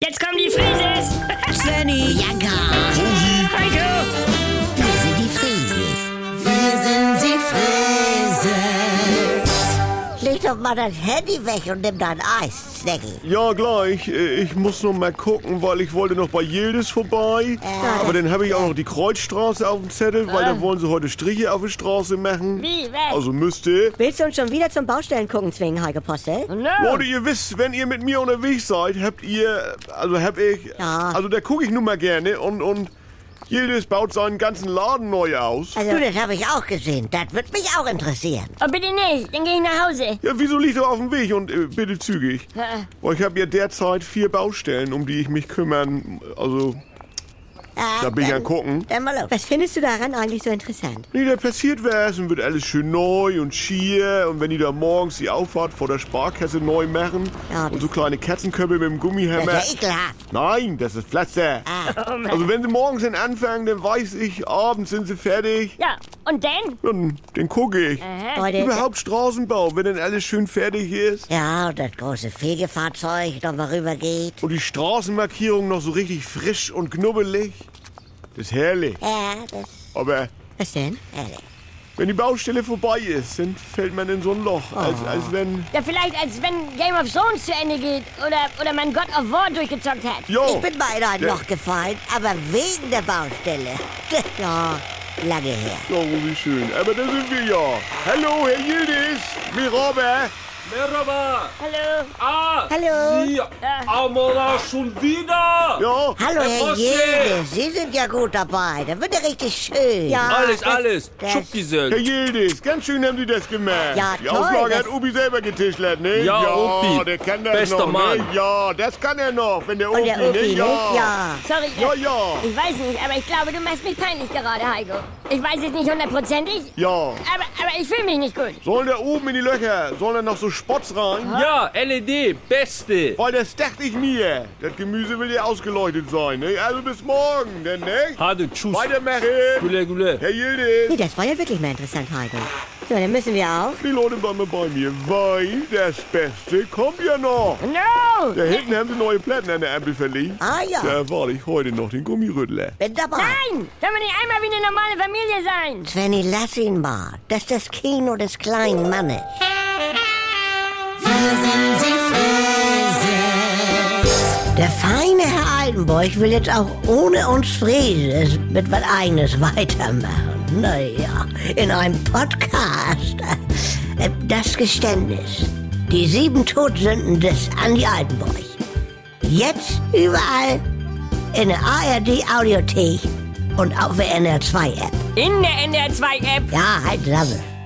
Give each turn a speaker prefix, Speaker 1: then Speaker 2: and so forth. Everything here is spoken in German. Speaker 1: doch mal dein Handy weg und nimm dein Eis, Snaggy.
Speaker 2: Ja, gleich. Äh, Ich muss noch mal gucken, weil ich wollte noch bei Yildiz vorbei. Aber dann habe ich auch noch die Kreuzstraße auf dem Zettel, weil da wollen sie heute Striche auf die Straße machen.
Speaker 3: Wie, was?
Speaker 2: Also müsste.
Speaker 4: Willst du uns schon wieder zum Baustellen gucken zwingen, Heike Postel?
Speaker 3: Nö.
Speaker 2: Leute, ihr wisst, wenn ihr mit mir unterwegs seid, habt ihr, also hab ich,
Speaker 4: Ja.
Speaker 2: also da gucke ich nun mal gerne und, und Yildiz baut seinen ganzen Laden neu aus.
Speaker 4: Also,
Speaker 1: Du, das habe ich auch gesehen. Das wird mich auch interessieren.
Speaker 3: Oh, bitte nicht, dann gehe ich nach Hause.
Speaker 2: Ja, wieso liegt er auf dem Weg und äh, bitte zügig?
Speaker 3: Ja.
Speaker 2: Weil ich habe ja derzeit vier Baustellen, um die ich mich kümmern, also
Speaker 1: Ah,
Speaker 2: da bin ich
Speaker 1: dann-
Speaker 2: an gucken.
Speaker 1: Dann mal los.
Speaker 4: was findest du daran eigentlich so interessant?
Speaker 2: Nee, da passiert was und wird alles schön neu und schier. Und wenn die da morgens die Auffahrt vor der Sparkasse neu machen
Speaker 4: Ja,
Speaker 2: und so kleine Katzenköpfe mit dem Gummihammer.
Speaker 1: Das ist ja ekelhaft.
Speaker 2: Nein, das ist Pflaster.
Speaker 1: Ah,
Speaker 2: Also wenn sie morgens dann anfangen, dann weiß ich, abends sind sie fertig.
Speaker 3: Ja, und dann?
Speaker 2: Und dann gucke ich.
Speaker 1: Äh.
Speaker 4: Leute,
Speaker 2: Überhaupt Straßenbau, wenn dann alles schön fertig ist.
Speaker 1: ja, und das große Fegefahrzeug noch mal rübergeht.
Speaker 2: Und die Straßenmarkierung noch so richtig frisch und knubbelig. Das ist herrlich.
Speaker 1: Ja, das
Speaker 2: Aber
Speaker 4: was denn?
Speaker 1: ehrlich.
Speaker 2: wenn die Baustelle vorbei ist, dann fällt man in so ein Loch. Als,
Speaker 1: Ah.
Speaker 2: als wenn.
Speaker 3: Ja, vielleicht als wenn Game of Thrones zu Ende geht oder, oder man God of War durchgezockt hat.
Speaker 2: Jo!
Speaker 1: Ich bin mal in ein
Speaker 2: Ja.
Speaker 1: Loch gefallen, aber wegen der Baustelle. ja, lange her.
Speaker 2: Ja, oh, wie schön. Aber da sind wir ja. Hallo, Herr Yildiz. Mir Robert.
Speaker 5: Merhaba.
Speaker 3: Hallo.
Speaker 5: Ah,
Speaker 1: Hallo.
Speaker 5: Sie, Amala, schon wieder.
Speaker 2: Ja.
Speaker 1: Hallo,
Speaker 5: Herr
Speaker 1: Herr
Speaker 5: Bosse.
Speaker 1: Jede, Sie sind ja gut dabei. Da wird ja richtig schön.
Speaker 4: Ja.
Speaker 5: Alles, alles.
Speaker 1: das-
Speaker 5: Schupp
Speaker 2: Herr
Speaker 5: gesehen.
Speaker 2: Yildiz, ganz schön haben Sie das gemacht.
Speaker 1: Ja,
Speaker 2: die
Speaker 1: toll,
Speaker 2: Auflage
Speaker 1: das-
Speaker 2: hat Obi selber getischlert, ne?
Speaker 5: Ja,
Speaker 2: ja
Speaker 5: Obi.
Speaker 2: der kann das
Speaker 5: Bester
Speaker 2: noch, ne?
Speaker 5: Mann.
Speaker 2: Ja, das kann er noch, wenn der Obi,
Speaker 1: Und der Obi,
Speaker 2: ne?
Speaker 1: ne?
Speaker 2: Ja.
Speaker 1: ja.
Speaker 3: Sorry. äh,
Speaker 2: Ja, ja.
Speaker 3: Ich weiß nicht, aber ich glaube, du machst mich peinlich gerade, Heiko. Ich weiß es nicht hundertprozentig,
Speaker 2: Ja.
Speaker 3: aber, aber ich fühle mich nicht gut.
Speaker 2: Sollen da oben in die Löcher, sollen da noch so Spots rein?
Speaker 5: Ja, LED, beste.
Speaker 2: Weil das dachte ich mir. Das Gemüse will ja ausgeleuchtet sein, ne? Also bis morgen, denn, ne?
Speaker 5: Hade, tschüss.
Speaker 2: Weitermachen.
Speaker 5: Güle, güle.
Speaker 2: Herr Yildiz.
Speaker 4: Nee, das war ja wirklich mal interessant, Heike. So, dann müssen wir auch.
Speaker 2: Die Leute bleiben bei mir, weil das Beste kommt ja noch.
Speaker 3: No!
Speaker 2: Da hinten haben sie neue Platten an der Ampel verlegt.
Speaker 1: Ah, ja.
Speaker 2: Da erwarte ich heute noch den Gummirüttler.
Speaker 1: Bin dabei.
Speaker 3: Nein! Können wir nicht einmal wie eine normale Familie sein?
Speaker 1: Svenny, lass ihn mal. Das ist das Kino des kleinen Mannes. Der feine Herr Altenburg will jetzt auch ohne uns Frieses mit was Eigenes weitermachen. Naja, in einem Podcast. Äh, Das Geständnis. Die sieben Todsünden des Andi Altenburg. Jetzt überall in der ARD-Audiothek und auf der NR2-App.
Speaker 3: In der NDR 2 App.
Speaker 1: 啊 Ja, halt Sammel.